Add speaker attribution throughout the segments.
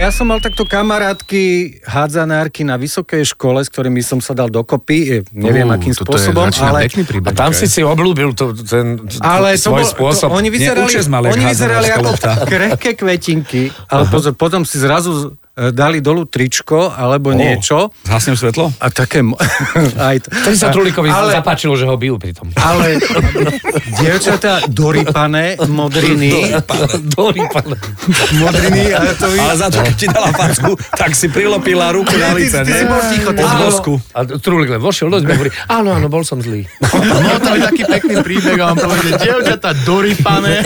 Speaker 1: Ja som mal takto kamarátky hádzanárky na vysokej škole, s ktorými som sa dal dokopy, e, neviem
Speaker 2: Ú,
Speaker 1: akým
Speaker 2: toto je-
Speaker 1: spôsobom,
Speaker 2: začína
Speaker 1: ale...
Speaker 2: pekný príbeh.
Speaker 3: A tam si si obľúbil to, ten t-
Speaker 1: Ale to
Speaker 3: svoj
Speaker 1: bol,
Speaker 3: spôsob.
Speaker 1: To, oni vyzerali,
Speaker 2: Neučes ma len
Speaker 1: oni
Speaker 2: hádzať
Speaker 1: vyzerali
Speaker 2: na
Speaker 1: ako
Speaker 2: skalopta.
Speaker 1: krehké kvetinky, ale pozor, potom si zrazu e, dali dolu tričko alebo niečo
Speaker 2: Zhasnem svetlo?
Speaker 1: a také... mo- aj to,
Speaker 3: Vtedy sa Trulíkovi
Speaker 1: ale,
Speaker 3: zapáčilo, že ho bijú pri tom.
Speaker 1: ale dievčatá doripané, modriny,
Speaker 3: Dobrý pán.
Speaker 1: modriny, ale to
Speaker 2: Ale za to, keď ti dala facku, tak si prilopila ruku na lice,
Speaker 1: ty si
Speaker 2: ne?
Speaker 1: bol ticho, ty
Speaker 2: Od
Speaker 1: si bol-
Speaker 2: vosku.
Speaker 3: A Trulík len vošiel do izby a hovorí, áno, áno, bol som zlý.
Speaker 4: No to je taký pekný príbeh, a on povede, dievčatá dorypané.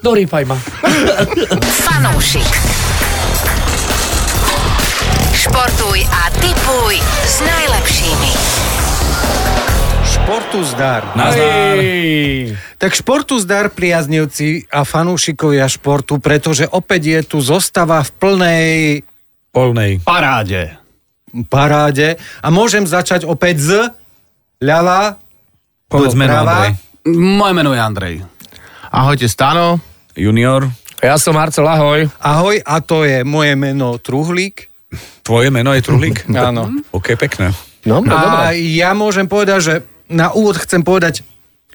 Speaker 3: Dorýpaj ma.
Speaker 5: Fanúšik. Športuj a typuj s najlepšími.
Speaker 1: športu zdar.
Speaker 2: Nazdar.
Speaker 1: Tak športu zdar priaznivci a fanúšikovia športu, pretože opäť je tu zostava v plnej
Speaker 2: Polnej.
Speaker 4: Paráde.
Speaker 1: paráde. A môžem začať opäť z ľava
Speaker 2: Povedz meno,
Speaker 1: doprava.
Speaker 2: Andrej.
Speaker 4: Moje meno je Andrej. Ahojte, Stano.
Speaker 2: Junior,
Speaker 3: Ja som Marcel, ahoj. No,
Speaker 1: Ahoj, a to je moje meno Truhlík.
Speaker 2: tvoje meno je Truhlík?
Speaker 1: Áno.
Speaker 2: OK, pekné.
Speaker 4: No,
Speaker 1: A ja môžem povedať, že na úvod chcem povedať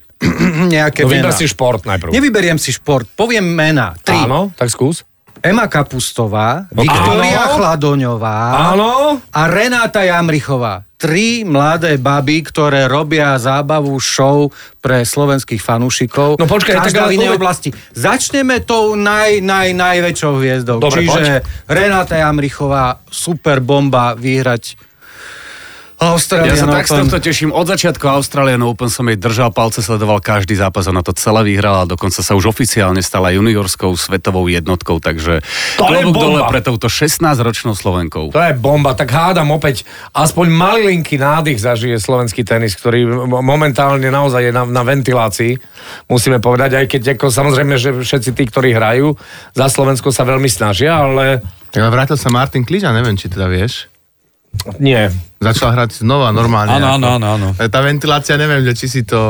Speaker 1: nejaké mená.
Speaker 3: No vyber si šport najprv.
Speaker 1: Nevyberiem si šport, poviem mená. Tri.
Speaker 3: Áno, tak skús.
Speaker 1: Ema Kapustová, Viktória Chladoňová
Speaker 3: Áno.
Speaker 1: a Renáta Jamrichová. Tri mladé baby, ktoré robia zábavu, show pre slovenských fanúšikov.
Speaker 3: No počkaj, tak
Speaker 1: Každá
Speaker 3: ale
Speaker 1: v inej
Speaker 3: poved-
Speaker 1: oblasti. Začneme tou naj, naj, najväčšou hviezdou.
Speaker 3: Dobre,
Speaker 1: Čiže Renáta Jamrichová, super bomba vyhrať
Speaker 4: Ja
Speaker 1: Australian
Speaker 4: sa tak z
Speaker 1: Open.
Speaker 4: tohto teším. Od začiatku Australian Open som jej držal palce, sledoval každý zápas, ona to celé vyhrala, dokonca sa už oficiálne stala juniorskou svetovou jednotkou, takže
Speaker 3: To je
Speaker 4: klobúk
Speaker 3: bomba.
Speaker 4: dole pre touto 16-ročnou Slovenkou.
Speaker 3: To je bomba, tak hádam opäť, aspoň malilinky nádych zažije slovenský tenis, ktorý mo- momentálne naozaj je na, na ventilácii, musíme povedať, aj keď ako, samozrejme, že všetci tí, ktorí hrajú, za Slovensko sa veľmi snažia, ale
Speaker 4: Ja vrátil sa Martin Kliža, neviem, či teda vieš.
Speaker 3: nie.
Speaker 4: Začal hrať znova normálne.
Speaker 2: Áno, áno, áno, áno.
Speaker 4: Tá ventilácia, neviem, že či si to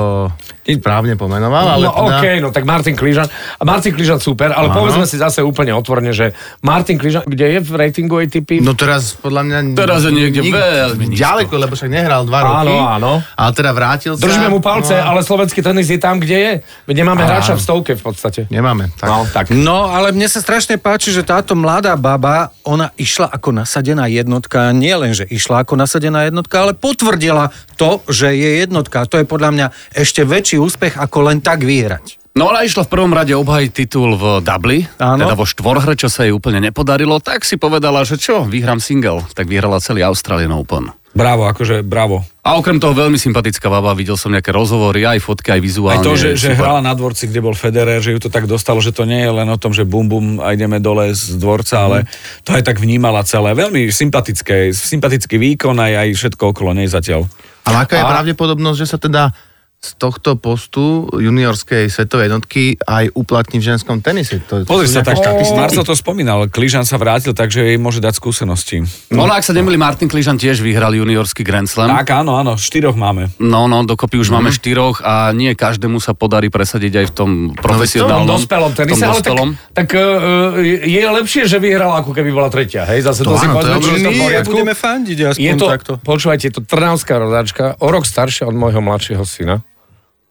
Speaker 4: správne pomenoval, teda-
Speaker 3: no
Speaker 2: teda-
Speaker 3: OK, no tak Martin Kližan. A Martin Kližan super, ale Aha. povedzme si zase úplne otvorene, že Martin Kližan, kde je v ratingu ATP?
Speaker 6: No teraz podľa mňa...
Speaker 4: Teraz je niekde veľmi nízko.
Speaker 6: Ďaleko, lebo však nehral dva roky.
Speaker 3: Áno, áno.
Speaker 6: Ale teda vrátil sa.
Speaker 3: Držíme
Speaker 2: no.
Speaker 3: mu palce, ale slovenský tenis je tam, kde je. Veď nemáme
Speaker 6: Á.
Speaker 3: hráča v stovke v podstate.
Speaker 6: Nemáme. Tak.
Speaker 3: No, tak.
Speaker 1: No, ale mne sa strašne páči, že táto mladá baba, ona išla ako nasadená jednotka. Nie len, že išla ako nasadená jednotka, ale potvrdila to, že je jednotka. To je podľa mňa ešte väčší úspech, ako len tak vyhrať.
Speaker 4: No ona išla v prvom rade obhajiť titul v dubli,
Speaker 1: Áno.
Speaker 4: teda vo štvorhre, čo sa jej úplne nepodarilo, tak si povedala, že čo, vyhrám single, tak vyhrala celý Australian Open.
Speaker 2: Bravo, akože bravo.
Speaker 4: A okrem toho veľmi sympatická baba, videl som nejaké rozhovory, aj fotky, aj vizuálne.
Speaker 2: Aj to, že, že
Speaker 4: super.
Speaker 2: hrala na dvorci, kde bol Federer, že ju to tak dostalo, že to nie je len o tom, že bum bum a ideme dole z dvorca,
Speaker 3: Mhm.
Speaker 2: ale to aj tak vnímala celé. Veľmi sympatické, sympatický výkon aj, aj všetko okolo nej zatiaľ.
Speaker 6: Ale aká je pravdepodobnosť, že sa teda z tohto postu juniorskej svetovej jednotky aj uplatní v ženskom tenise? To,
Speaker 2: Pozri
Speaker 6: sú
Speaker 2: sa, tak
Speaker 6: nejaké štatistiky.
Speaker 2: Marcel to spomínal, Kližan sa vrátil, takže jej môže dať
Speaker 3: Mhm.
Speaker 2: skúsenosti.
Speaker 4: No ale ak sa nemýli, Martin Kližan tiež vyhral juniorský Grand Slam.
Speaker 2: Tak Mhm. áno, áno, štyroch máme.
Speaker 4: No, no, dokopy už máme štyroch a nie každému sa podarí presadiť aj v
Speaker 2: No
Speaker 4: tom
Speaker 3: v
Speaker 4: profesionálnom.
Speaker 3: tom dospelom
Speaker 4: v
Speaker 3: tenise,
Speaker 4: tom
Speaker 3: ale tak,
Speaker 4: dospelom.
Speaker 3: tak uh, je lepšie, že vyhrala, ako keby bola tretia. Hej, zase to,
Speaker 6: To
Speaker 3: si
Speaker 6: áno, to je
Speaker 3: povedzme, že je to v
Speaker 1: My
Speaker 3: poriadku.
Speaker 1: budeme fandiť aspoň
Speaker 3: Je to,
Speaker 1: takto.
Speaker 3: počúvajte, je to trnavská rodáčka, o rok staršia od môjho mladšieho syna.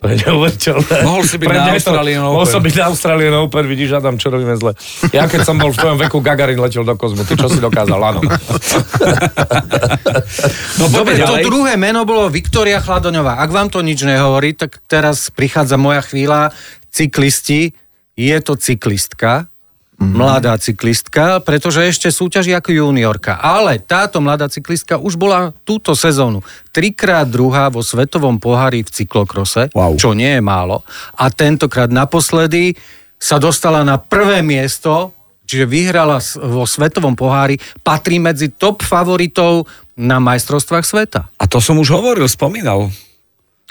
Speaker 3: To je neuveriteľné.
Speaker 2: Mohol si byť na
Speaker 3: Pre mňa je
Speaker 2: Australian Open.
Speaker 3: Mohol som byť na Australian Open, vidíš, Adam, čo robíme zle. Ja keď som bol v tvojom veku, Gagarin letel do kozmu. Ty čo si dokázal, áno.
Speaker 2: No
Speaker 1: Dobre,
Speaker 2: poďme
Speaker 1: to
Speaker 2: ďalej.
Speaker 1: druhé meno bolo Viktória Chladoňová. Ak vám to nič nehovorí, tak teraz prichádza moja chvíľa. Cyklisti, je to cyklistka, mladá cyklistka, pretože ešte súťaží ako juniorka. Ale táto mladá cyklistka už bola túto sezónu trikrát druhá vo svetovom pohári v cyklokrose,
Speaker 2: Wow.
Speaker 1: čo nie je málo. A tentokrát naposledy sa dostala na prvé miesto, čiže vyhrala s- vo svetovom pohári, patrí medzi top favoritov na majstrovstvách sveta.
Speaker 2: A to som už hovoril, spomínal.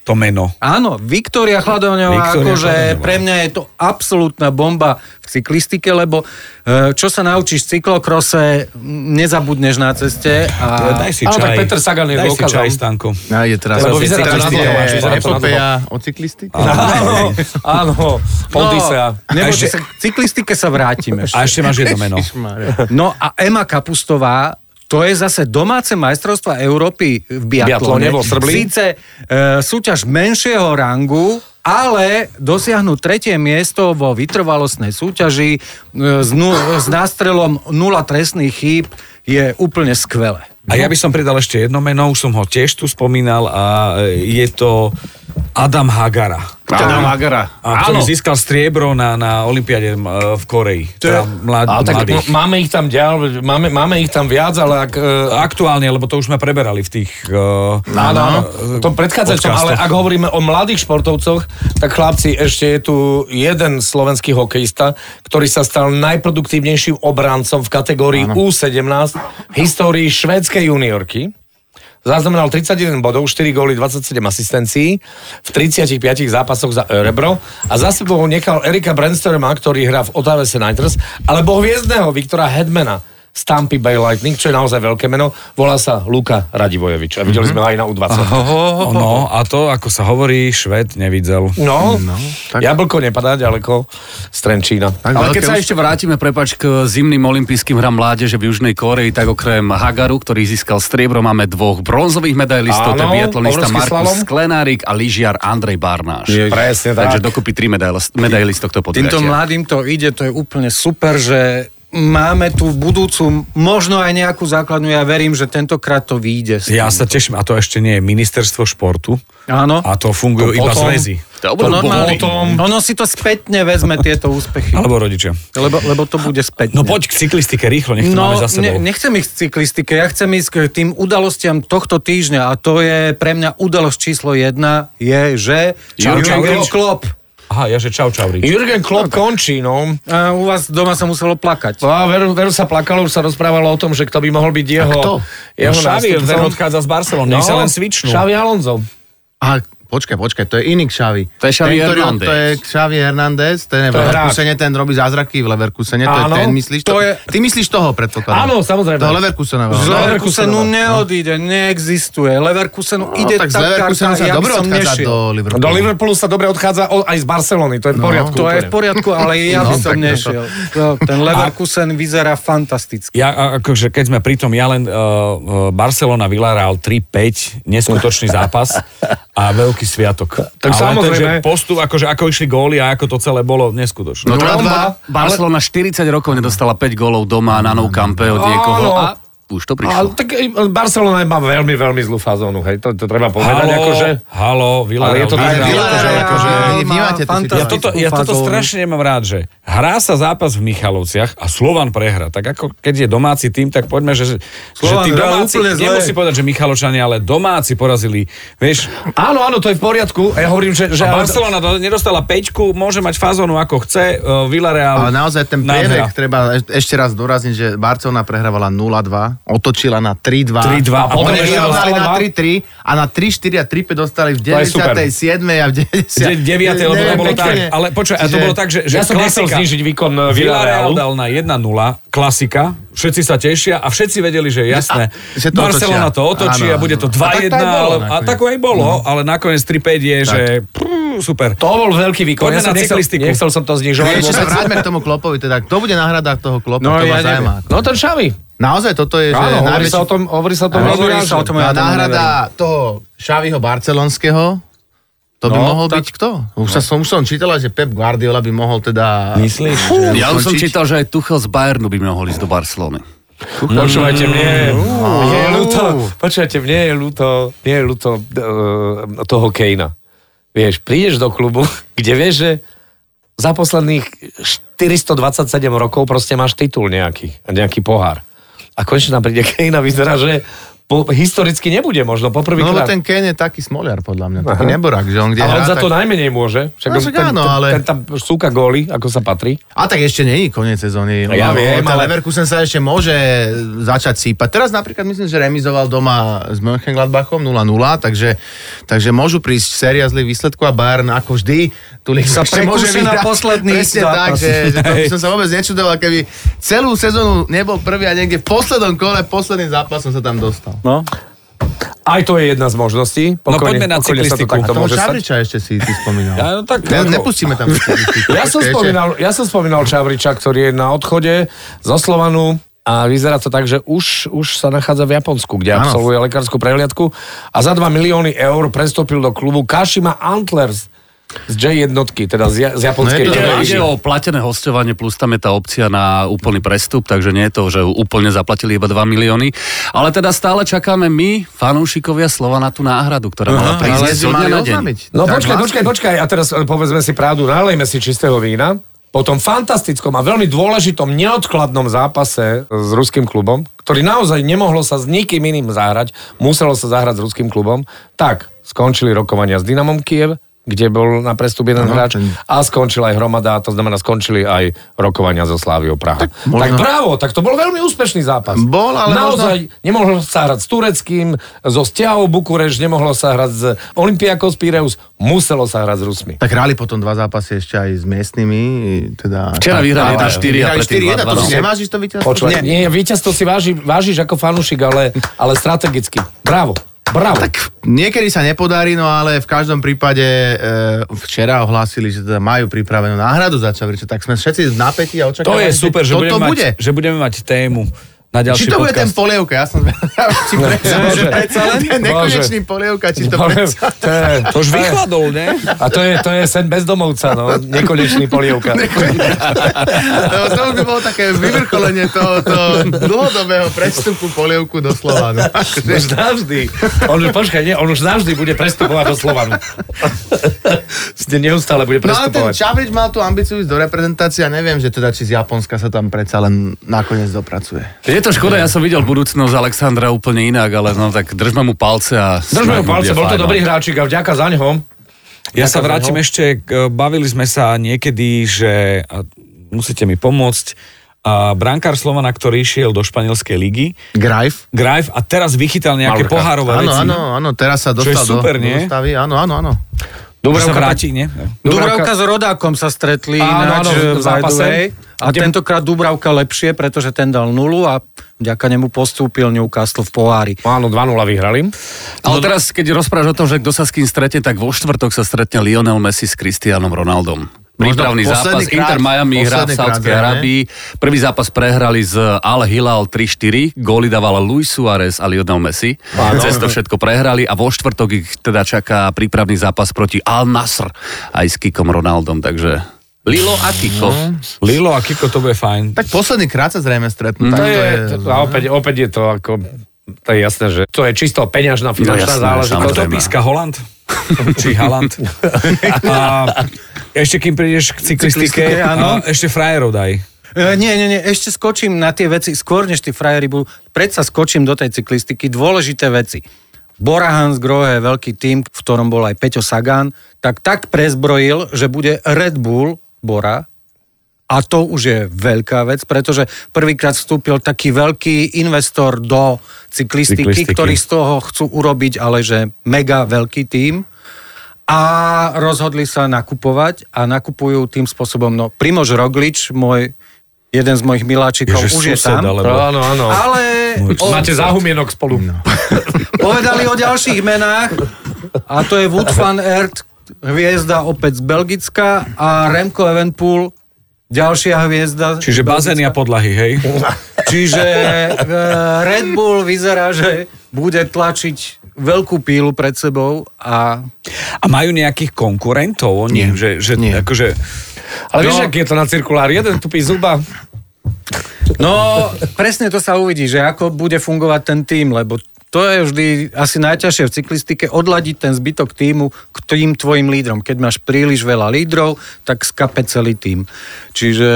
Speaker 2: to meno.
Speaker 1: Áno, Viktória Chladoňová,
Speaker 2: Viktória
Speaker 1: akože
Speaker 2: Chladoňová.
Speaker 1: pre mňa je to absolútna bomba v cyklistike, lebo e, čo sa naučíš v cyklokrose, m, nezabudneš na ceste a
Speaker 2: Daj si
Speaker 3: Áno,
Speaker 2: čaj.
Speaker 3: tak Peter Sagan je
Speaker 2: Daj si
Speaker 3: dôkazom.
Speaker 2: čaj, Stanko.
Speaker 6: A je teraz...
Speaker 3: Lebo vyzerá to na
Speaker 6: teraz
Speaker 3: to,
Speaker 6: je
Speaker 3: vyzerá to na to.
Speaker 6: epopeja o cyklistike.
Speaker 3: Áno, áno, Odisea.
Speaker 1: No, nebojte
Speaker 2: ešte-
Speaker 1: sa, k cyklistike sa vrátime.
Speaker 2: A ešte máš jedno meno.
Speaker 1: No a Ema Kapustová, to je zase domáce majstrovstva Európy v biatlone.
Speaker 3: Biatlone vo Srbli.
Speaker 1: Síce e, súťaž menšieho rangu, ale dosiahnu tretie miesto vo vytrvalostnej súťaži e, s, nu, s nástrelom nula trestných chýb je úplne skvelé.
Speaker 2: A ja by som pridal ešte jedno meno, už som ho tiež tu spomínal a e, je to Adam Hagara.
Speaker 4: Adam Agara.
Speaker 2: A ktorý získal striebro na, na Olympiade e, v Koreji. To je... Mlad,
Speaker 3: Ale tak
Speaker 2: mladých.
Speaker 3: m- máme ich tam ďal, máme, máme ich tam viac, ale ak... e,
Speaker 2: Aktuálne, lebo to už sme preberali v tých... e,
Speaker 3: Áno, áno.
Speaker 2: eh,
Speaker 3: V tom predchádzajúcom, ale
Speaker 2: podcastoch.
Speaker 3: ak hovoríme o mladých športovcoch, tak chlapci, ešte je tu jeden slovenský hokejista, ktorý sa stal najproduktívnejším obrancom v kategórii U17 v histórii švédskej juniorky. Zaznamenal 31 bodov, 4 góly, 27 asistencií v 35 zápasoch za Örebro a za sebou nechal Erika Brensterma, ktorý hrá v Ottawa Senators, alebo hviezdného Viktora Hedmana z Tampa Bay Lightning, čo je naozaj veľké meno. Volá sa Luka Radivojevič a videli sme ho aj na U20.
Speaker 2: No a to, ako sa hovorí, šved nevidel.
Speaker 3: No, no tak... jablko nepadá ďaleko z Trenčína.
Speaker 6: Tak
Speaker 4: Ale
Speaker 6: veľké
Speaker 4: keď sa
Speaker 6: úspechy.
Speaker 4: ešte vrátime, prepač, k zimným olympijským hrám mládeže v Južnej Koreji, tak okrem Hagaru, ktorý získal striebro, máme dvoch bronzových medailistov, to je
Speaker 3: Áno,
Speaker 4: biatlonista
Speaker 3: obrovský
Speaker 4: Markus
Speaker 3: slalom.
Speaker 4: Sklenárik a lyžiar Andrej Barnáš.
Speaker 3: Ježiš. Presne tak.
Speaker 4: Takže dokopy tri medail- medaily z tohto
Speaker 1: Týmto
Speaker 4: podujatia.
Speaker 1: mladým to ide, to je úplne super, že máme tu v budúcu možno aj nejakú základnú, ja verím, že tentokrát to vyjde. s
Speaker 2: Ja
Speaker 1: tým.
Speaker 2: sa teším, a to ešte nie je ministerstvo športu.
Speaker 1: Áno.
Speaker 2: A to fungujú
Speaker 3: To
Speaker 2: iba
Speaker 3: potom-
Speaker 2: zväzy.
Speaker 1: To
Speaker 4: To budú
Speaker 1: normálne,
Speaker 4: bohody.
Speaker 1: ono si to spätne vezme tieto úspechy.
Speaker 2: Alebo rodičia.
Speaker 1: Lebo, lebo to bude späť.
Speaker 2: No poď k cyklistike rýchlo, nech to máme za sebou.
Speaker 1: No, Ne, nechcem ísť k cyklistike, ja chcem ísť k tým udalostiam tohto týždňa a to je pre mňa udalosť číslo jedna, je, že
Speaker 2: Čau, čau,
Speaker 1: Jurgen
Speaker 2: čau.
Speaker 1: Klopp.
Speaker 2: Aha, ja že čau, čau, Rič.
Speaker 3: Jürgen Klopp končí, no.
Speaker 1: A u vás doma sa muselo plakať.
Speaker 3: No a veru, veru sa plakalo, už sa rozprávalo o tom, že kto by mohol byť jeho,
Speaker 6: kto?
Speaker 3: jeho
Speaker 2: No, Xavi, ten
Speaker 3: nástupcom.
Speaker 2: odchádza z Barcelony, nech sa len svičnú.
Speaker 3: Xavi Alonso.
Speaker 6: Aha, počkaj, počkaj, to je iný Xavi.
Speaker 4: To je Xavi
Speaker 6: ten, ktorý-
Speaker 4: Hernández.
Speaker 6: To je Xavi Hernández, ten je v
Speaker 3: To je
Speaker 6: Leverkusene, ten robí zázraky v Leverkusene, to je
Speaker 3: Áno,
Speaker 6: ten, myslíš
Speaker 3: to
Speaker 6: to?
Speaker 3: je-
Speaker 6: Ty myslíš toho, predpokladám.
Speaker 3: Áno, samozrejme.
Speaker 6: Toho Leverkusenového.
Speaker 1: Z
Speaker 6: no.
Speaker 1: Leverkusenu
Speaker 3: Leverkusenu,
Speaker 1: neodíde, neexistuje. Leverkusenu
Speaker 6: No,
Speaker 1: ide
Speaker 6: tak z
Speaker 1: taká
Speaker 6: Leverkusenu sa
Speaker 1: karta,
Speaker 6: dobre
Speaker 1: jak som
Speaker 6: odchádza
Speaker 1: nešiel.
Speaker 6: do Liverpoolu. No,
Speaker 3: Do Liverpoolu sa dobre odchádza o, aj z Barcelony, to je v poriadku.
Speaker 1: No, To je v poriadku, ale ja by
Speaker 6: No,
Speaker 1: som
Speaker 6: tak to-
Speaker 1: nešiel. No, Ten Leverkusen vyzerá fantasticky.
Speaker 2: Ja, a- akože, keď sme pri tom, ja len uh, uh, Barcelona vyláral 3-5, neskutočný zápas a veľký sviatok.
Speaker 3: Tak
Speaker 2: Ale že
Speaker 3: samozrejme.
Speaker 2: postup, akože ako išli góly a ako to celé bolo, neskutočné.
Speaker 4: No
Speaker 2: No,
Speaker 4: teda
Speaker 3: tromba,
Speaker 4: dva,
Speaker 3: ale-
Speaker 4: Barcelona 40 rokov nedostala 5 gólov doma na Nou Campe od niekoho
Speaker 3: Áno.
Speaker 4: a už to
Speaker 3: Ale
Speaker 4: prišlo.
Speaker 3: tak e, Barcelona má veľmi, veľmi zlú fazónu, hej, to, to treba povedať,
Speaker 2: halo,
Speaker 3: akože...
Speaker 2: halo, vyláral.
Speaker 3: Ale je to tak,
Speaker 2: vyhral.
Speaker 3: Villarreal.
Speaker 6: Akože- akože-
Speaker 1: Má
Speaker 6: Vnímate tú
Speaker 2: Ja
Speaker 6: situáciu?
Speaker 2: toto, ja toto strašne mám rád, že hrá sa zápas v Michalovciach a Slovan prehra. Tak ako keď je domáci tým, tak poďme, že,
Speaker 1: Slovan
Speaker 2: že tí
Speaker 1: hral
Speaker 2: domáci,
Speaker 1: úplne zle.
Speaker 2: nemusí povedať, že Michalovčania, ale domáci porazili, vieš,
Speaker 3: Áno, áno, to je v poriadku. Ja hovorím, že... že
Speaker 2: že Barcelona do- nedostala peťku, môže mať fazónu ako chce, uh, Villarreal.
Speaker 6: Ale naozaj ten
Speaker 2: nádhera.
Speaker 6: priebeh, treba eš- ešte raz dorazniť, že Barcelona prehrávala 0-2, otočila na 3-2.
Speaker 2: 3-2.
Speaker 6: A potom
Speaker 3: A potom
Speaker 6: vyrovnali
Speaker 3: ešte
Speaker 6: na
Speaker 3: dostala
Speaker 6: 3-3 a na 3-4 a 3-5 dostali v
Speaker 3: je super.
Speaker 6: 97. a v 90.
Speaker 2: 9. lebo to
Speaker 6: Neviem,
Speaker 2: bolo tak.
Speaker 6: pekne.
Speaker 2: Ale počkaj, a to
Speaker 6: Čiže-
Speaker 2: bolo tak, že, že
Speaker 3: Ja som nechcel
Speaker 2: klasika.
Speaker 3: znižiť výkon e,
Speaker 2: Villarreal
Speaker 3: Villarealu.
Speaker 2: dal na 1-0, klasika, všetci sa tešia a všetci vedeli, že jasné,
Speaker 6: A- že to
Speaker 2: Barcelona
Speaker 6: otočia.
Speaker 2: to otočí
Speaker 6: Áno,
Speaker 2: a bude to
Speaker 6: áno. A tak to aj
Speaker 2: 2-1, ale-
Speaker 6: bolo
Speaker 2: a
Speaker 6: nakoniec. No.
Speaker 2: tak aj bolo, ale nakoniec 3-5 je, že prú, super.
Speaker 3: To bol veľký výkon.
Speaker 2: Poďme
Speaker 3: ja som
Speaker 2: na
Speaker 3: nechcel,
Speaker 2: cyklistiku.
Speaker 3: nechcel som to
Speaker 6: No,
Speaker 3: znižovať.
Speaker 6: ešte sa
Speaker 3: vôbec.
Speaker 6: vráťme k tomu Klopovi, teda kto bude náhrada toho Klopa, to ma zaujíma.
Speaker 3: No ten Xavi.
Speaker 6: Naozaj toto je, že
Speaker 3: Áno, hovorí
Speaker 6: najväčší-
Speaker 3: sa o tom, hovorí sa o tom.
Speaker 6: Áno,
Speaker 3: veľmi
Speaker 1: hovorí
Speaker 3: rád,
Speaker 1: sa o
Speaker 3: že-
Speaker 1: tom, ja
Speaker 6: a
Speaker 1: tomu
Speaker 6: náhrada toho Šaviho barcelonského, to by
Speaker 3: No,
Speaker 6: mohol
Speaker 3: tak- No.
Speaker 6: byť kto? Už, sa som, už som čítala, že Pep Guardiola by mohol teda...
Speaker 2: Myslíš?
Speaker 4: Ja už som
Speaker 6: Končiť.
Speaker 4: čítal, že aj Tuchel z Bayernu by mohol ísť do Barcelony.
Speaker 3: Počúvajte, mne je, mne Mm. je ľúto, počúvajte, mne je ľúto, mne je ľúto eh, toho Kejna. Vieš, prídeš do klubu, kde vieš, že za posledných 427 rokov proste máš titul nejaký, nejaký pohár. A konečne tam príde Kejna, vyzerá, že po, historicky nebude
Speaker 6: No
Speaker 3: možno
Speaker 6: lebo
Speaker 3: poprvýkrát.
Speaker 6: ten Kane je taký smoliar podľa mňa, taký neborak, že on kde
Speaker 3: ale
Speaker 6: hrá,
Speaker 3: on za to
Speaker 6: tak...
Speaker 3: najmenej môže. Však
Speaker 6: No,
Speaker 3: on,
Speaker 6: však
Speaker 3: ten,
Speaker 6: áno,
Speaker 3: ten,
Speaker 6: ale-
Speaker 3: ten tam súka góly, ako sa patrí.
Speaker 6: A tak ešte není koniec sezóny.
Speaker 3: Ja viem,
Speaker 6: ale...
Speaker 3: ale-
Speaker 6: Leverkusen sa ešte môže začať sípať. Teraz napríklad myslím, že remizoval doma s Mönchengladbachom 0-0, takže, takže môžu prísť seriázli výsledku a Bayern ako vždy tu lígu
Speaker 1: Sa
Speaker 6: ešte môže
Speaker 1: prekúsi na
Speaker 6: vyhrať.
Speaker 1: posledný
Speaker 6: Presne
Speaker 1: zápas.
Speaker 6: tak, že, že to by som sa vôbec nečudoval, keby celú sezónu nebol prvý a niekde v poslednom kole, posledným zápasom sa tam dostal.
Speaker 1: No.
Speaker 3: Aj to je jedna z možností.
Speaker 2: No, poďme na
Speaker 3: pokojne sa to
Speaker 2: cyklistiku.
Speaker 3: takto
Speaker 6: A toho
Speaker 3: môže stať.
Speaker 6: Šavriča ešte si ty spomínal.
Speaker 2: Ja, no tak,
Speaker 6: Ne-
Speaker 2: ako-
Speaker 6: Nepustíme tam.
Speaker 3: Ja som, spomínal, ja som spomínal Čavriča, ktorý je na odchode zo Slovanu a vyzerá to tak, že už, už sa nachádza v Japonsku, kde
Speaker 6: Áno.
Speaker 3: absolvuje lekárskú prehliadku a za 2 milióny eur prestúpil do klubu Kashima Antlers z J1, teda z, ja- z
Speaker 6: No je
Speaker 3: japonskej
Speaker 6: to
Speaker 3: no
Speaker 6: zvláštne.
Speaker 4: Ide o platené hostovanie, plus tam je tá opcia na úplný prestup, takže nie je to, že úplne zaplatili iba 2 milióny. Ale teda stále čakáme my, fanúšikovia Slova, na tú náhradu, ktorá mala
Speaker 6: Ale
Speaker 4: prísť
Speaker 6: si
Speaker 4: zo dňa
Speaker 6: mali
Speaker 4: na deň.
Speaker 6: oznámiť.
Speaker 3: No
Speaker 6: Tak
Speaker 3: počkaj,
Speaker 6: vlastne.
Speaker 3: počkaj, počkaj. A teraz e, povedzme si pravdu. Nalejme si čistého vína. Po tom fantastickom a veľmi dôležitom neodkladnom zápase eh, s ruským klubom, ktorý naozaj nemohlo sa s nikým iným zahrať, muselo sa zahrať s ruským klubom, tak skončili rokovania s Dynamom Kiev, kde bol na prestup jeden
Speaker 6: Áno,
Speaker 3: hráč
Speaker 6: ten-
Speaker 3: a skončila aj hromada, to znamená skončili aj rokovania so Sláviou Praha. Tak,
Speaker 6: možno-
Speaker 3: tak bravo, tak to bol veľmi úspešný zápas.
Speaker 6: Bol, ale
Speaker 3: Naozaj Nemohlo sa hrať s Tureckým, so Stiahou Bukureš, nemohlo sa hrať s Olympiakos Pireus, muselo sa hrať s Rusmi.
Speaker 6: Tak hrali potom dva zápasy ešte aj s miestnymi, teda...
Speaker 4: Včera vyhrali 1-4 a
Speaker 6: Vyhrali
Speaker 4: predtým
Speaker 6: 4-1, to si
Speaker 2: no.
Speaker 4: 2-2.
Speaker 6: nevážiš to víťazstvo?
Speaker 3: Počúvaj,
Speaker 6: Nie.
Speaker 3: nie, víťazstvo si váži, vážiš ako fanúšik, ale, ale strategicky. Bravo, bravo. Tak,
Speaker 6: Niekedy sa nepodarí, no ale v každom prípade e, včera ohlásili, že teda majú pripravenú náhradu za Čavriča, tak sme všetci v napätí a
Speaker 2: to
Speaker 6: očakávame,
Speaker 2: je super, že,
Speaker 6: toto
Speaker 2: budeme
Speaker 6: bude.
Speaker 2: Mať, že budeme mať tému na ďalší
Speaker 6: Či to bude ten
Speaker 2: podcast.
Speaker 6: polievka, ja som zvedavý, či predsa,
Speaker 3: Bože.
Speaker 6: že predsa len ten
Speaker 3: Bože.
Speaker 6: nekonečný polievka, či to predsa...
Speaker 3: to je,
Speaker 2: To už vychladol, ne?
Speaker 3: a to je, to je sen bezdomovca, no, nekonečný polievka.
Speaker 6: No, to by bolo také vyvrcholenie toho, toho dlhodobého prestupu polievku do Slovanu.
Speaker 3: Už navždy. On už, počkaj, nie, on už navždy bude prestupovať do Slovanu. Neustále bude
Speaker 6: No ale ten
Speaker 3: prestupovať.
Speaker 6: Čavrič mal tú ambíciu ísť do reprezentácie a neviem, že teda či z Japonska sa tam predsa len nakoniec dopracuje.
Speaker 4: Je to škoda, ja som videl budúcnosť Alexandra úplne inak, ale no tak držme mu palce a...
Speaker 3: Držme
Speaker 4: snáď
Speaker 3: mu palce,
Speaker 4: bude
Speaker 3: bol to
Speaker 4: fajn, no.
Speaker 3: dobrý hráčik a vďaka za ňoho.
Speaker 2: Ja sa
Speaker 3: Taká
Speaker 2: vrátim
Speaker 3: zmenou.
Speaker 2: ešte, k- e, bavili sme sa niekedy, že a musíte mi pomôcť, a brankár Slovana, ktorý išiel do španielskej ligy,
Speaker 6: Grajf?
Speaker 2: Grajf a teraz vychytal nejaké
Speaker 3: Malorka.
Speaker 2: pohárové
Speaker 6: Áno,
Speaker 2: veci.
Speaker 6: áno, áno, teraz sa
Speaker 2: Čo je
Speaker 6: dostal
Speaker 2: super,
Speaker 6: do,
Speaker 2: nie?
Speaker 6: do stavy. Áno, áno, áno.
Speaker 2: Že sa vráti, nie?
Speaker 3: Dubravka-
Speaker 1: Dubravka s Rodákom sa stretli
Speaker 3: Áno,
Speaker 1: ináč eh,
Speaker 3: áno,
Speaker 1: áno,
Speaker 3: v
Speaker 1: v
Speaker 3: zápase.
Speaker 1: zápase. A
Speaker 3: Kde-
Speaker 1: tentokrát Dubravka lepšie, pretože ten dal nulu a vďaka nemu postúpil Newcastle v pohári.
Speaker 3: Áno, 2-0
Speaker 6: No,
Speaker 3: vyhrali.
Speaker 4: Ale teraz, keď rozprávaš o tom, že kto sa s kým stretne, tak vo štvrtok sa stretne Lionel Messi s Cristianom Ronaldom. Prípravný
Speaker 6: posledný
Speaker 4: zápas
Speaker 6: krát-
Speaker 4: Inter Miami hrá v
Speaker 6: posledný krát
Speaker 4: Saudskej
Speaker 6: hra, ne?
Speaker 4: Arabii. Prvý zápas prehrali z Al Hilal 3-4. Góly dával Luis Suárez a Lionel Messi. Cez to všetko prehrali a vo štvrtok ich teda čaká prípravný zápas proti Al Nasr aj s Kikom Ronaldom, takže Lilo a Kiko.
Speaker 6: No.
Speaker 2: Lilo a Kiko, to bude fajn.
Speaker 6: Tak posledný krát sa zrejme stretnú.
Speaker 3: To
Speaker 6: tak
Speaker 3: je, to, a opäť, opäť je to ako... To je jasné, že to je čisto peňažná
Speaker 4: No
Speaker 3: finančná
Speaker 4: jasné,
Speaker 3: záležitosť.
Speaker 4: samozrejme.
Speaker 2: Kto píska Holand? Či Haland? A ešte kým prídeš k cyklistike,
Speaker 1: Cyklistike, áno.
Speaker 2: a ešte frajerov daj.
Speaker 1: E, nie, nie, nie, ešte skočím na tie veci, skôr než tí frajeri budú, predsa skočím do tej cyklistiky, dôležité veci. Borahans Grohe, veľký tým, v ktorom bol aj Peťo Sagan, tak tak prezbrojil, že bude Red Bull Bora a to už je veľká vec, pretože prvýkrát vstúpil taký veľký investor do cyklistiky,
Speaker 2: Cyklistiky.
Speaker 1: cyklistiky. ktorý z toho chcú urobiť, ale že mega veľký tým a rozhodli sa nakupovať a nakupujú tým spôsobom, no Primož Roglič, môj, jeden z mojich miláčikov,
Speaker 2: Ježiš,
Speaker 1: už je
Speaker 2: sused,
Speaker 1: tam,
Speaker 2: ale- no.
Speaker 1: ale...
Speaker 3: Áno, áno.
Speaker 1: ale o,
Speaker 3: Máte záhumienok spolu. No.
Speaker 1: povedali o ďalších menách a to je Wood van Aert, hviezda opäť z Belgicka a Remco Evenpool, ďalšia hviezda.
Speaker 2: Čiže bazény a podlahy, hej?
Speaker 1: Čiže e, Red Bull vyzerá, že bude tlačiť veľkú pílu pred sebou a
Speaker 2: A majú nejakých konkurentov oni?
Speaker 6: Nie.
Speaker 2: Že, že,
Speaker 6: Nie.
Speaker 2: Akože,
Speaker 3: Ale vieš,
Speaker 2: No.
Speaker 3: aký je to na cirkulári? Jeden tupí zuba.
Speaker 1: No, presne to sa uvidí, že ako bude fungovať ten tým, lebo to je vždy asi najťažšie v cyklistike odladiť ten zbytok týmu k tým tvojim lídrom. Keď máš príliš veľa lídrov, tak skape celý tým. Čiže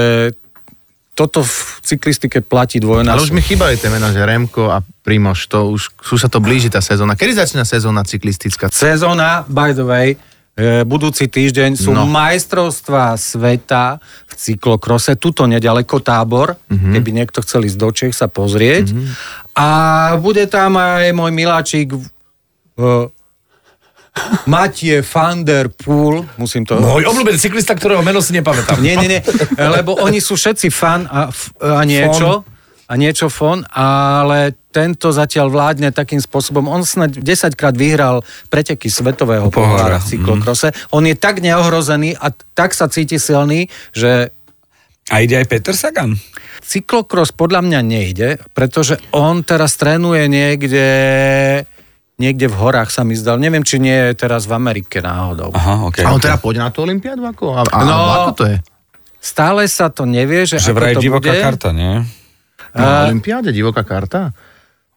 Speaker 1: toto v cyklistike platí
Speaker 6: Ale už
Speaker 1: dvojnásobne.
Speaker 6: mi chýbali tie mená, že Remko a Primoš, to už, už sa to blíži tá sezóna. Kedy začína sezóna cyklistická?
Speaker 1: Sezóna, by the way, e, budúci týždeň sú no. majstrovstvá sveta v cyklokrose, tuto nedaleko tábor, mm-hmm. keby niekto chcel ísť do Čech sa pozrieť. Mm-hmm. A bude tam aj môj miláčik uh, Matie van der Poel, musím to...
Speaker 3: Môj obľúbený cyklista, ktorého meno si nepamätám.
Speaker 1: Nie, nie, nie, lebo oni sú všetci fan a, f- a niečo. A niečo fon, ale tento zatiaľ vládne takým spôsobom. On snad 10 krát vyhral preteky svetového pohára
Speaker 3: Mhm.
Speaker 1: v cyklokrose. On je tak neohrozený a t- tak sa cíti silný, že
Speaker 2: A ide aj Peter Sagan.
Speaker 1: cyklokros podľa mňa nejde, pretože on teraz trénuje niekde niekde v horách sa mi zdal. Neviem, či nie je teraz v Amerike náhodou.
Speaker 2: Aha, ok.
Speaker 6: A on teda pôjde na tú olimpiádu? Ako? A, a, no,
Speaker 1: No.
Speaker 6: ako to je?
Speaker 1: Stále sa to nevie, že, ako
Speaker 2: Že vraj
Speaker 1: to
Speaker 2: divoká
Speaker 1: bude.
Speaker 2: karta, nie?
Speaker 6: Na olimpiáde? Divoká karta?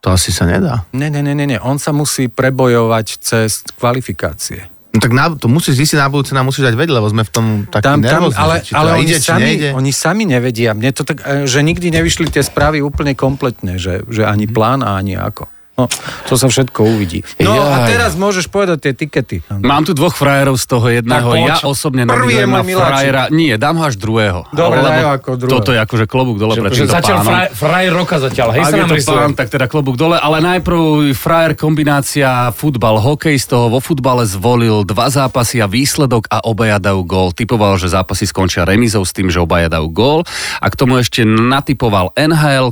Speaker 6: To asi sa nedá.
Speaker 1: Ne, ne, ne, ne, ne. On sa musí prebojovať cez kvalifikácie.
Speaker 6: No tak na, to musíš zistiť na budúce, nám musíš dať vedieť, lebo sme v tom takí
Speaker 1: Tam, tam,
Speaker 6: nervózni.
Speaker 1: ale
Speaker 6: že či to
Speaker 1: ale
Speaker 6: aj
Speaker 1: oni,
Speaker 6: ide, či
Speaker 1: sami,
Speaker 6: nejde.
Speaker 1: oni sami nevedia. Mne to tak, e, že nikdy nevyšli tie správy úplne kompletne, že, že ani
Speaker 2: Mhm.
Speaker 1: plán a ani ako. No, to sa všetko uvidí. No a
Speaker 4: Jaj.
Speaker 1: teraz môžeš povedať tie tikety.
Speaker 4: Mám tu dvoch frajerov z toho jedného.
Speaker 1: Tak poď.
Speaker 4: Ja osobne
Speaker 1: Prvý je
Speaker 4: nominujem na
Speaker 1: môj miláčik.
Speaker 4: frajera. Nie, dám ho až druhého.
Speaker 1: Dobre,
Speaker 4: Lebo
Speaker 1: daj ho ako druhého.
Speaker 4: Toto je akože klobúk dole pred
Speaker 3: Že
Speaker 4: týmto
Speaker 3: zatiaľ
Speaker 4: pánom.
Speaker 3: fraj, fraj roka zatiaľ, hej,
Speaker 4: Ak
Speaker 3: sa
Speaker 4: je
Speaker 3: nám
Speaker 4: to
Speaker 3: rysuje.
Speaker 4: pán, tak teda klobúk dole, ale najprv frajer kombinácia futbal, hokej, z toho vo futbale zvolil dva zápasy a výsledok a obaja dajú gól. Typoval, že zápasy skončia remizou s tým, že obaja dajú gól a k tomu ešte natypoval nhl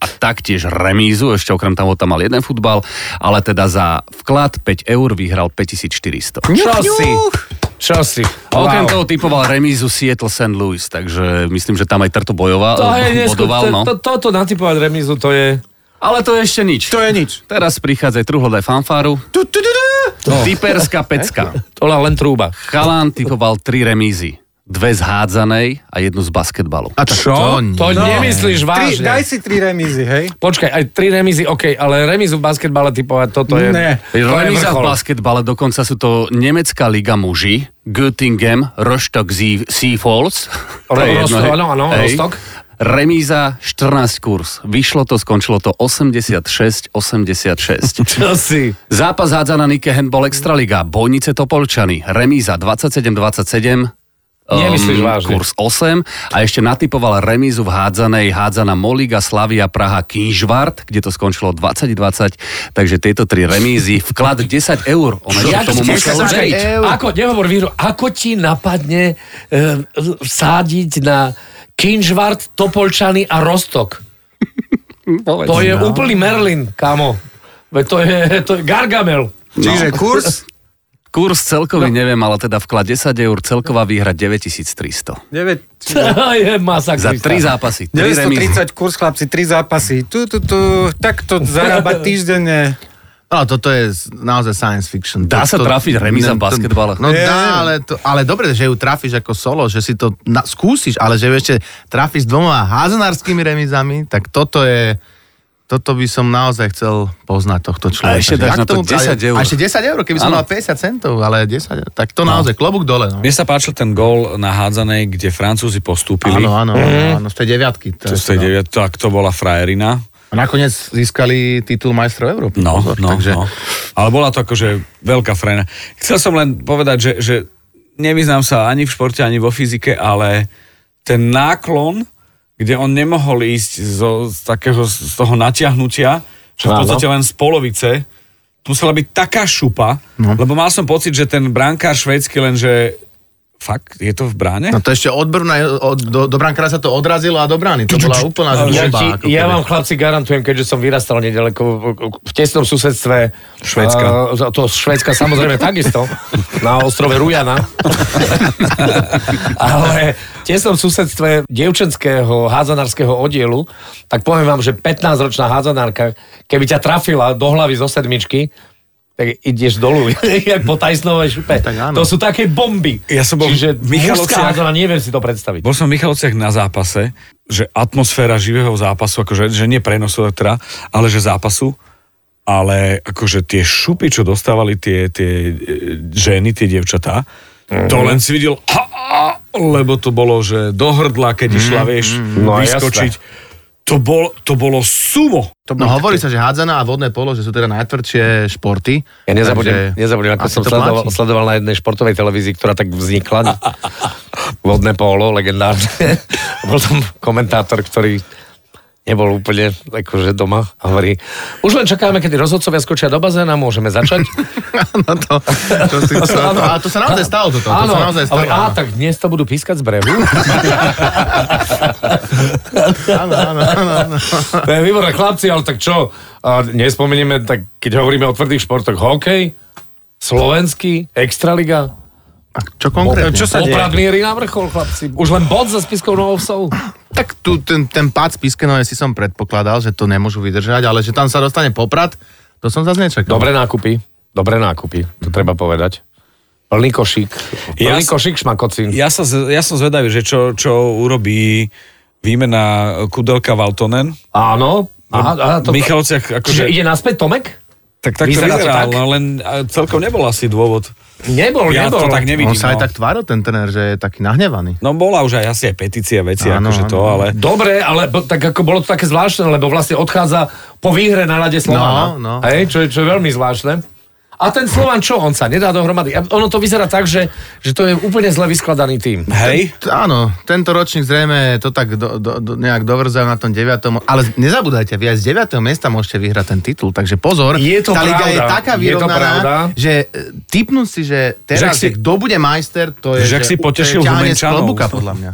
Speaker 4: a taktiež remízu, ešte okrem toho tam mal jeden futbal, ale teda za vklad 5 eur vyhral 5400.
Speaker 3: Čo si? Čo si?
Speaker 4: A Okrem toho typoval remízu Seattle St. Louis, takže myslím, že tam aj Trto bojoval,
Speaker 3: to je neskôr,
Speaker 4: bodoval, no.
Speaker 3: to, to, toto natypovať remizu, to je...
Speaker 4: Ale to je ešte nič.
Speaker 1: To je nič.
Speaker 4: Teraz prichádza truhlodaj fanfáru.
Speaker 1: Tu, tu, tu, tu.
Speaker 4: Typerská pecka.
Speaker 3: To len len trúba.
Speaker 4: Chalán typoval tri remízy. Dve z hádzanej a jednu z basketbalu.
Speaker 6: A tak
Speaker 3: Čo?
Speaker 6: To,
Speaker 3: To
Speaker 6: nie.
Speaker 1: Tri,
Speaker 3: nemyslíš vážne.
Speaker 1: daj si tri remízy, hej?
Speaker 3: Počkaj, aj tri remizy, OK, ale remizu v basketbale typovať, toto je...
Speaker 1: Ne.
Speaker 3: to je
Speaker 4: Remíza v
Speaker 3: vrchol.
Speaker 4: basketbale, dokonca sú to nemecká liga muži, Göttingen, Rostock Sie- Seafalls. To je jedno,
Speaker 3: Rostock,
Speaker 4: hej.
Speaker 3: áno, áno,
Speaker 4: Hej.
Speaker 3: Rostock.
Speaker 4: Remíza 14 kurs. Vyšlo to, skončilo to 86-86.
Speaker 3: Čo si?
Speaker 4: Zápas hádza na Nike Handball Extraliga, Bojnice Topolčany, remíza 27-27,
Speaker 3: Nemyslíš vážne.
Speaker 4: Kurs 8 a ešte natypoval remízu v hádzanej hádzana Moliga, Slavia, Praha, Kinžvart, kde to skončilo 20-20, takže tieto tri remízy, vklad 10 eur. Ono ešte
Speaker 3: Jak
Speaker 4: tomu
Speaker 3: ti
Speaker 4: muselo
Speaker 3: sa-
Speaker 4: veriť.
Speaker 3: Ako, nehovor výhru, ako ti napadne e, sádiť na Kinžvart, Topolčany a Rostok? To je úplný Merlin, kámo. Veď to je, to je Gargamel.
Speaker 1: Čiže kurz
Speaker 4: Kurs celkový
Speaker 3: No.
Speaker 4: neviem, ale teda vklad 10 eur, celková výhra 9300.
Speaker 1: 9,
Speaker 3: To je
Speaker 4: Za
Speaker 3: masakrista.
Speaker 4: tri zápasy, tri remízy.
Speaker 1: 930 kurz, chlapci, tri zápasy. Tu, tu, tu, takto zarába týždenne.
Speaker 6: No, toto je s- naozaj science fiction.
Speaker 4: Dá sa
Speaker 6: To- to-
Speaker 4: trafiť remíza v
Speaker 6: to-
Speaker 4: basketbale?
Speaker 6: No dá, ale, to, ale dobre, že ju trafíš ako solo, že si to na, skúsiš, ale že ju ešte trafíš s dvoma házenárskymi remizami, tak toto je... Toto by som naozaj chcel poznať tohto človeka.
Speaker 4: ešte
Speaker 6: Že
Speaker 4: dáš
Speaker 6: jak
Speaker 4: na to
Speaker 6: tomu-
Speaker 4: 10
Speaker 6: ale-
Speaker 4: eur.
Speaker 6: A ešte 10 eur, keby som
Speaker 4: Áno.
Speaker 6: mal 50 centov, ale 10, tak to naozaj klobúk dole. No.
Speaker 2: Mne sa páčil ten gól na hádzanej, kde Francúzi postúpili.
Speaker 6: Áno, áno, áno, áno, z tej deviatky. To,
Speaker 2: To, ste
Speaker 6: no.
Speaker 2: deviat, tak to bola frajerina.
Speaker 6: A nakoniec získali titul majstrov Európy.
Speaker 2: No,
Speaker 6: Pozor,
Speaker 2: no,
Speaker 6: takže...
Speaker 2: no. Ale bola to akože veľká frajna. Chcel som len povedať, že, že nevyznám sa ani v športe, ani vo fyzike, ale ten náklon, kde on nemohol ísť zo, z, takého, z toho natiahnutia, že v podstate len z polovice, musela byť taká šupa, no. lebo mal som pocit, že ten brankár švédsky lenže fakt, je to v bráne?
Speaker 6: No to ešte odbrná, od, do, do brankára sa to odrazilo a do brány. To bola úplná
Speaker 3: Ja,
Speaker 6: zloba.
Speaker 3: ti, ja vám chlapci garantujem, keďže som vyrastal nedaleko v tesnom susedstve
Speaker 2: Švédska.
Speaker 3: eh, to Švédska samozrejme takisto, na ostrove Rujana. Ale v tesnom susedstve dievčenského hádzanárskeho oddielu, tak poviem vám, že 15-ročná hádzanárka, keby ťa trafila do hlavy zo sedmičky, tak ideš dolu, jak po tajsnovej šupe.
Speaker 6: Tak áno.
Speaker 3: To sú také bomby.
Speaker 2: No Ja som bol
Speaker 3: Čiže
Speaker 2: v Michalovciach.
Speaker 3: mužská hádzana, neviem si to predstaviť.
Speaker 2: Bol som v Michalovciach na zápase, že atmosféra živého zápasu, akože že nie prenosu, teda, ale že zápasu, ale akože tie šupy, čo
Speaker 3: Mhm.
Speaker 2: dostávali tie, tie e, ženy, tie dievčatá, to len si videl a, a, lebo to bolo, že do hrdla, keď mm, išla, vieš, mm,
Speaker 3: Mhm, No,
Speaker 2: vyskočiť. To, bol, to bolo sumo.
Speaker 1: To
Speaker 6: No
Speaker 1: bol
Speaker 6: hovorí sa, že hádzaná a vodné polo, že sú teda najtvrdšie športy.
Speaker 3: Ja
Speaker 6: Takže
Speaker 3: nezabudnem, nezabudnem ako
Speaker 6: asi
Speaker 3: som
Speaker 6: to
Speaker 3: sledoval,
Speaker 6: platí.
Speaker 3: sledoval na jednej športovej televízii, ktorá tak vznikla. Vodné polo, legendárne. Bol tam komentátor, ktorý nebol úplne akože doma a hovorí, už len čakáme, kedy rozhodcovia skočia do bazéna, môžeme začať.
Speaker 6: Áno, No to, to, si, to, to, a to sa naozaj stalo toto. To sa naozaj stalo.
Speaker 3: hovorí, a tak dnes to budú pískať z brehu.
Speaker 6: áno, áno, áno, áno.
Speaker 3: to je výborné, chlapci, ale tak čo, a nespomenieme, tak keď hovoríme o tvrdých športoch, hokej, slovenský, extraliga,
Speaker 6: A čo konkrétne?
Speaker 2: Čo sa deje?
Speaker 3: Oprad mierí na vrchol, chlapci. Už len bod za spiskou novou psou.
Speaker 6: Tak tu ten, ten pád z Piskenove si som predpokladal, že to nemôžu vydržať, ale že tam sa dostane poprad, to som zase nečakal.
Speaker 3: Dobré nákupy. Dobré nákupy, to treba povedať. Plný košík. Plný
Speaker 2: Ja-
Speaker 3: košík šmakocín.
Speaker 2: Ja, sa, z- ja som zvedavý, že čo, čo urobí výmena Kudelka Valtonen.
Speaker 3: Áno. Aha, aha,
Speaker 2: V Michalciach
Speaker 3: Čiže
Speaker 2: akože...
Speaker 3: ide naspäť Tomek?
Speaker 2: tak tak to
Speaker 3: vyzerá to
Speaker 2: vyzeral,
Speaker 3: tak?
Speaker 2: no len a celkom nebol asi dôvod.
Speaker 3: Nebol,
Speaker 2: Ja
Speaker 3: nebol.
Speaker 2: to tak nevidím.
Speaker 6: On sa
Speaker 2: no.
Speaker 6: aj tak tváril ten tréner, že je taký nahnevaný.
Speaker 2: No bola už aj asi aj petícia veci, áno,
Speaker 6: Áno,
Speaker 2: akože to,
Speaker 6: áno.
Speaker 2: ale...
Speaker 3: Dobre, ale bo, tak ako bolo to také zvláštne, lebo vlastne odchádza po výhre na rade
Speaker 6: No,
Speaker 3: Slovana.
Speaker 6: no.
Speaker 3: Hej, čo, je, čo je veľmi zvláštne. A ten Slovan čo? On sa nedá dohromady. A Ono to vyzerá tak, že, že to je úplne zle vyskladaný tým.
Speaker 2: Hej,
Speaker 6: T- Áno, tento ročník zrejme to tak do, do, do, nejak dovrzajú na tom 9. Ale nezabúdajte, vy aj z 9. miesta môžete vyhrať ten titul, takže pozor.
Speaker 3: Je to
Speaker 6: tá liga
Speaker 3: pravda,
Speaker 6: je taká
Speaker 3: je to
Speaker 6: vyrovnaná,
Speaker 3: pravda.
Speaker 6: že e, typnúť si, že teraz,
Speaker 2: Že ak si-
Speaker 6: že kto bude majster, to je
Speaker 2: Že ak si
Speaker 6: u-
Speaker 2: potešil
Speaker 6: to je ťahanie z
Speaker 2: Humenčanov.
Speaker 6: klobuka, podľa mňa.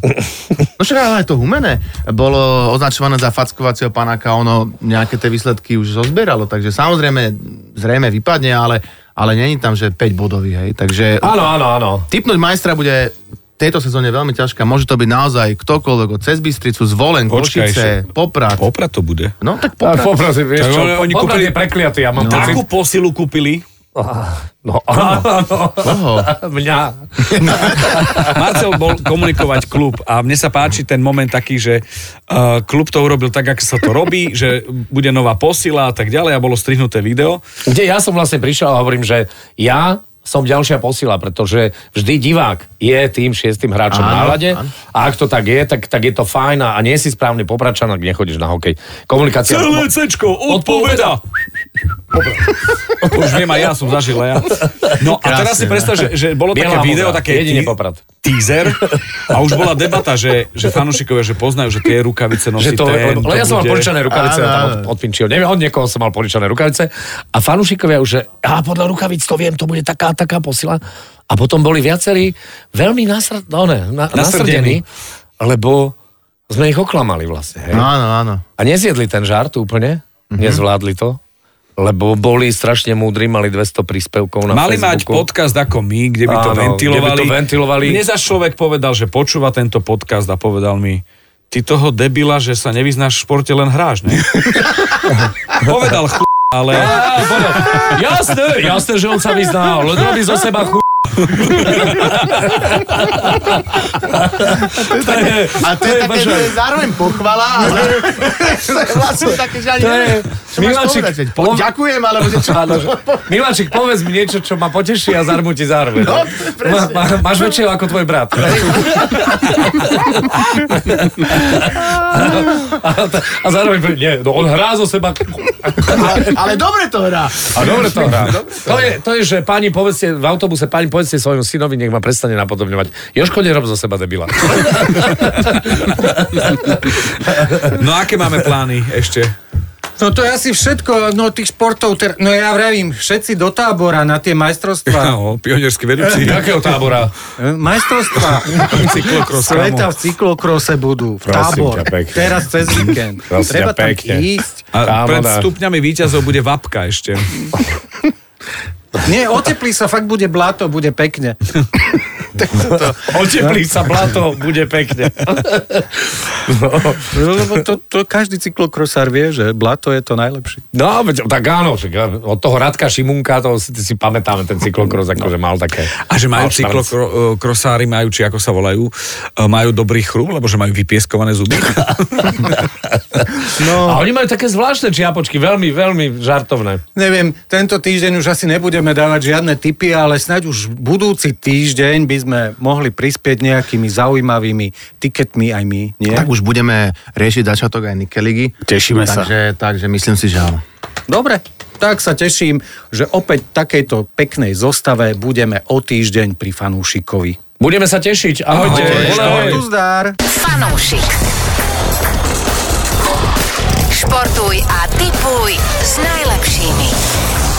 Speaker 6: No však ale aj to humené bolo označované za fackovacieho panáka, ono nejaké tie výsledky už zozbieralo, takže samozrejme zrejme vypadne, ale, ale není tam, že 5 bodový, hej, takže...
Speaker 3: Áno, áno, áno.
Speaker 6: Typnúť majstra bude v tejto sezóne veľmi ťažká. Môže to byť naozaj ktokoľvek od cez Bystricu, Zvolen,
Speaker 2: Počkaj,
Speaker 6: Košice, Poprad.
Speaker 2: Popra to bude.
Speaker 6: No tak
Speaker 3: Poprad,
Speaker 6: Poprad.
Speaker 3: poprad, vieš
Speaker 2: Tak
Speaker 3: čo,
Speaker 2: oni- oni
Speaker 3: Poprad
Speaker 2: kúpili-
Speaker 3: je prekliatý, ja mám no. pocit.
Speaker 2: Takú posilu kúpili.
Speaker 3: No, áno.
Speaker 6: Koho?
Speaker 3: Mňa.
Speaker 2: Marcel bol komunikovať klub a mne sa páči ten moment taký, že uh, klub to urobil tak, ako sa to robí, že bude nová posila a tak ďalej a bolo strihnuté video.
Speaker 3: Kde ja som vlastne prišiel a hovorím, že ja som ďalšia posila, pretože vždy divák je tým šiestým hráčom
Speaker 6: Áno,
Speaker 3: na rade
Speaker 6: áno.
Speaker 3: a ak to tak je, tak, tak je to fajn a a nie si správny popračan, ak nechodíš na hokej. Komunikácia...
Speaker 2: cečko
Speaker 3: odpoveda.
Speaker 2: Už viem, aj ja som zažil. aj Ja. No a
Speaker 6: Krásne,
Speaker 2: teraz si predstav, že, že bolo také
Speaker 3: Biela
Speaker 2: video,
Speaker 3: modrá,
Speaker 2: také
Speaker 3: jedine
Speaker 2: tí-
Speaker 3: Poprad.
Speaker 2: teaser a už bola debata, že, že fanúšikovia, že poznajú, že tie rukavice nosí
Speaker 3: Že to,
Speaker 2: ten,
Speaker 3: lebo, lebo ja som mal
Speaker 2: bude-
Speaker 3: poričané rukavice a
Speaker 6: Áno,
Speaker 3: tam
Speaker 6: áno.
Speaker 3: od, od Pinčího. Neviem, od niekoho som mal poričané rukavice. A fanúšikovia už, že a podľa rukavic to viem, to bude taká, taká posila. A potom boli viacerí veľmi nasr- no, ne, na,
Speaker 2: Nasrdení.
Speaker 3: nasrdení, lebo sme ich oklamali vlastne. Hej?
Speaker 6: No áno, áno.
Speaker 3: A nezjedli ten žart úplne, mm-hmm. nezvládli to, lebo boli strašne múdri, mali 200 príspevkov na
Speaker 2: Mali mať
Speaker 3: Facebooku.
Speaker 2: podcast ako my, kde by to
Speaker 3: Áno, kde by
Speaker 2: ventilovali.
Speaker 3: to ventilovali.
Speaker 2: Mne za človek povedal, že počúva tento podcast a povedal mi, ty toho debila, že sa nevyznáš v športe, len hráš, ne? povedal chu, ale...
Speaker 3: Á, povedal, Jasné, jasné, že on sa vyzná, len robí zo seba chu...
Speaker 6: A to je také, že je zároveň pochvala, ale to je vlastne také, že ani
Speaker 3: To je-
Speaker 6: neviem, čo máš
Speaker 3: Miláčik,
Speaker 6: povedať. veď po-
Speaker 3: on-
Speaker 6: Ďakujem, alebo že čo?
Speaker 3: Áno, že... Miláčik, povedz mi niečo, čo ma poteší a zarmúti zároveň.
Speaker 6: No, presne.
Speaker 3: ma, ma, máš väčšieho ako tvoj brat. a, a zároveň, povie, nie, no on hrá zo seba.
Speaker 6: Ale, ale dobre to hrá.
Speaker 3: A dobre to hrá. To je, to je, že páni, povedzte, v autobuse, páni, povedzte svojmu synovi, nech ma prestane napodobňovať. Joško, nerob zo seba debila.
Speaker 2: No aké máme plány ešte?
Speaker 1: No to je asi všetko, no tých športov, ter... no ja vravím, všetci do tábora na tie majstrovstvá.
Speaker 2: No, pionierský vedúci.
Speaker 3: Jakého tábora?
Speaker 1: E, Majstrovstvá
Speaker 2: Cyklokros,
Speaker 1: sveta
Speaker 2: kamo.
Speaker 1: v cyklokrose budú, v
Speaker 3: Prosím
Speaker 1: tábor,
Speaker 3: ťa pekne.
Speaker 1: teraz cez víkend.
Speaker 3: Prosím
Speaker 1: Treba
Speaker 3: ťa
Speaker 1: tam
Speaker 3: pekne.
Speaker 1: ísť.
Speaker 2: A
Speaker 3: Kámo,
Speaker 2: pred
Speaker 3: dá.
Speaker 2: stupňami výťazov bude vapka ešte.
Speaker 1: Nie, oteplí sa, fakt bude blato, bude pekne.
Speaker 3: Oteplí sa blato, bude pekne.
Speaker 1: No, Lebo to, to každý cyklokrosár vie, že blato je to najlepšie.
Speaker 3: No, veď- tak áno, však od toho Radka Šimunka, to si, si pamätáme, ten cyklokros, akože mal také.
Speaker 2: No. A že majú
Speaker 3: mal štanc.
Speaker 2: cyklokrosári, majú, či ako sa volajú, e, majú dobrý chrúb, lebo že majú vypieskované zuby.
Speaker 3: No. A oni majú také zvláštne čiapočky, veľmi, veľmi žartovné.
Speaker 1: Neviem, tento týždeň už asi nebudeme dávať žiadne tipy, ale snáď už budúci týždeň by sme sme mohli prispieť nejakými zaujímavými tiketmi aj my, nie?
Speaker 6: Tak už budeme riešiť začiatok aj Nikeligy.
Speaker 4: Tešíme sa.
Speaker 6: takže, Takže myslím si, že áno.
Speaker 1: Dobre, tak sa teším, že opäť v takejto peknej zostave budeme o týždeň pri fanúšikovi.
Speaker 3: Budeme sa tešiť. Ahojte. Ahoj.
Speaker 1: Zdar!
Speaker 5: Fanúšik. Športuj a tipuj s najlepšími.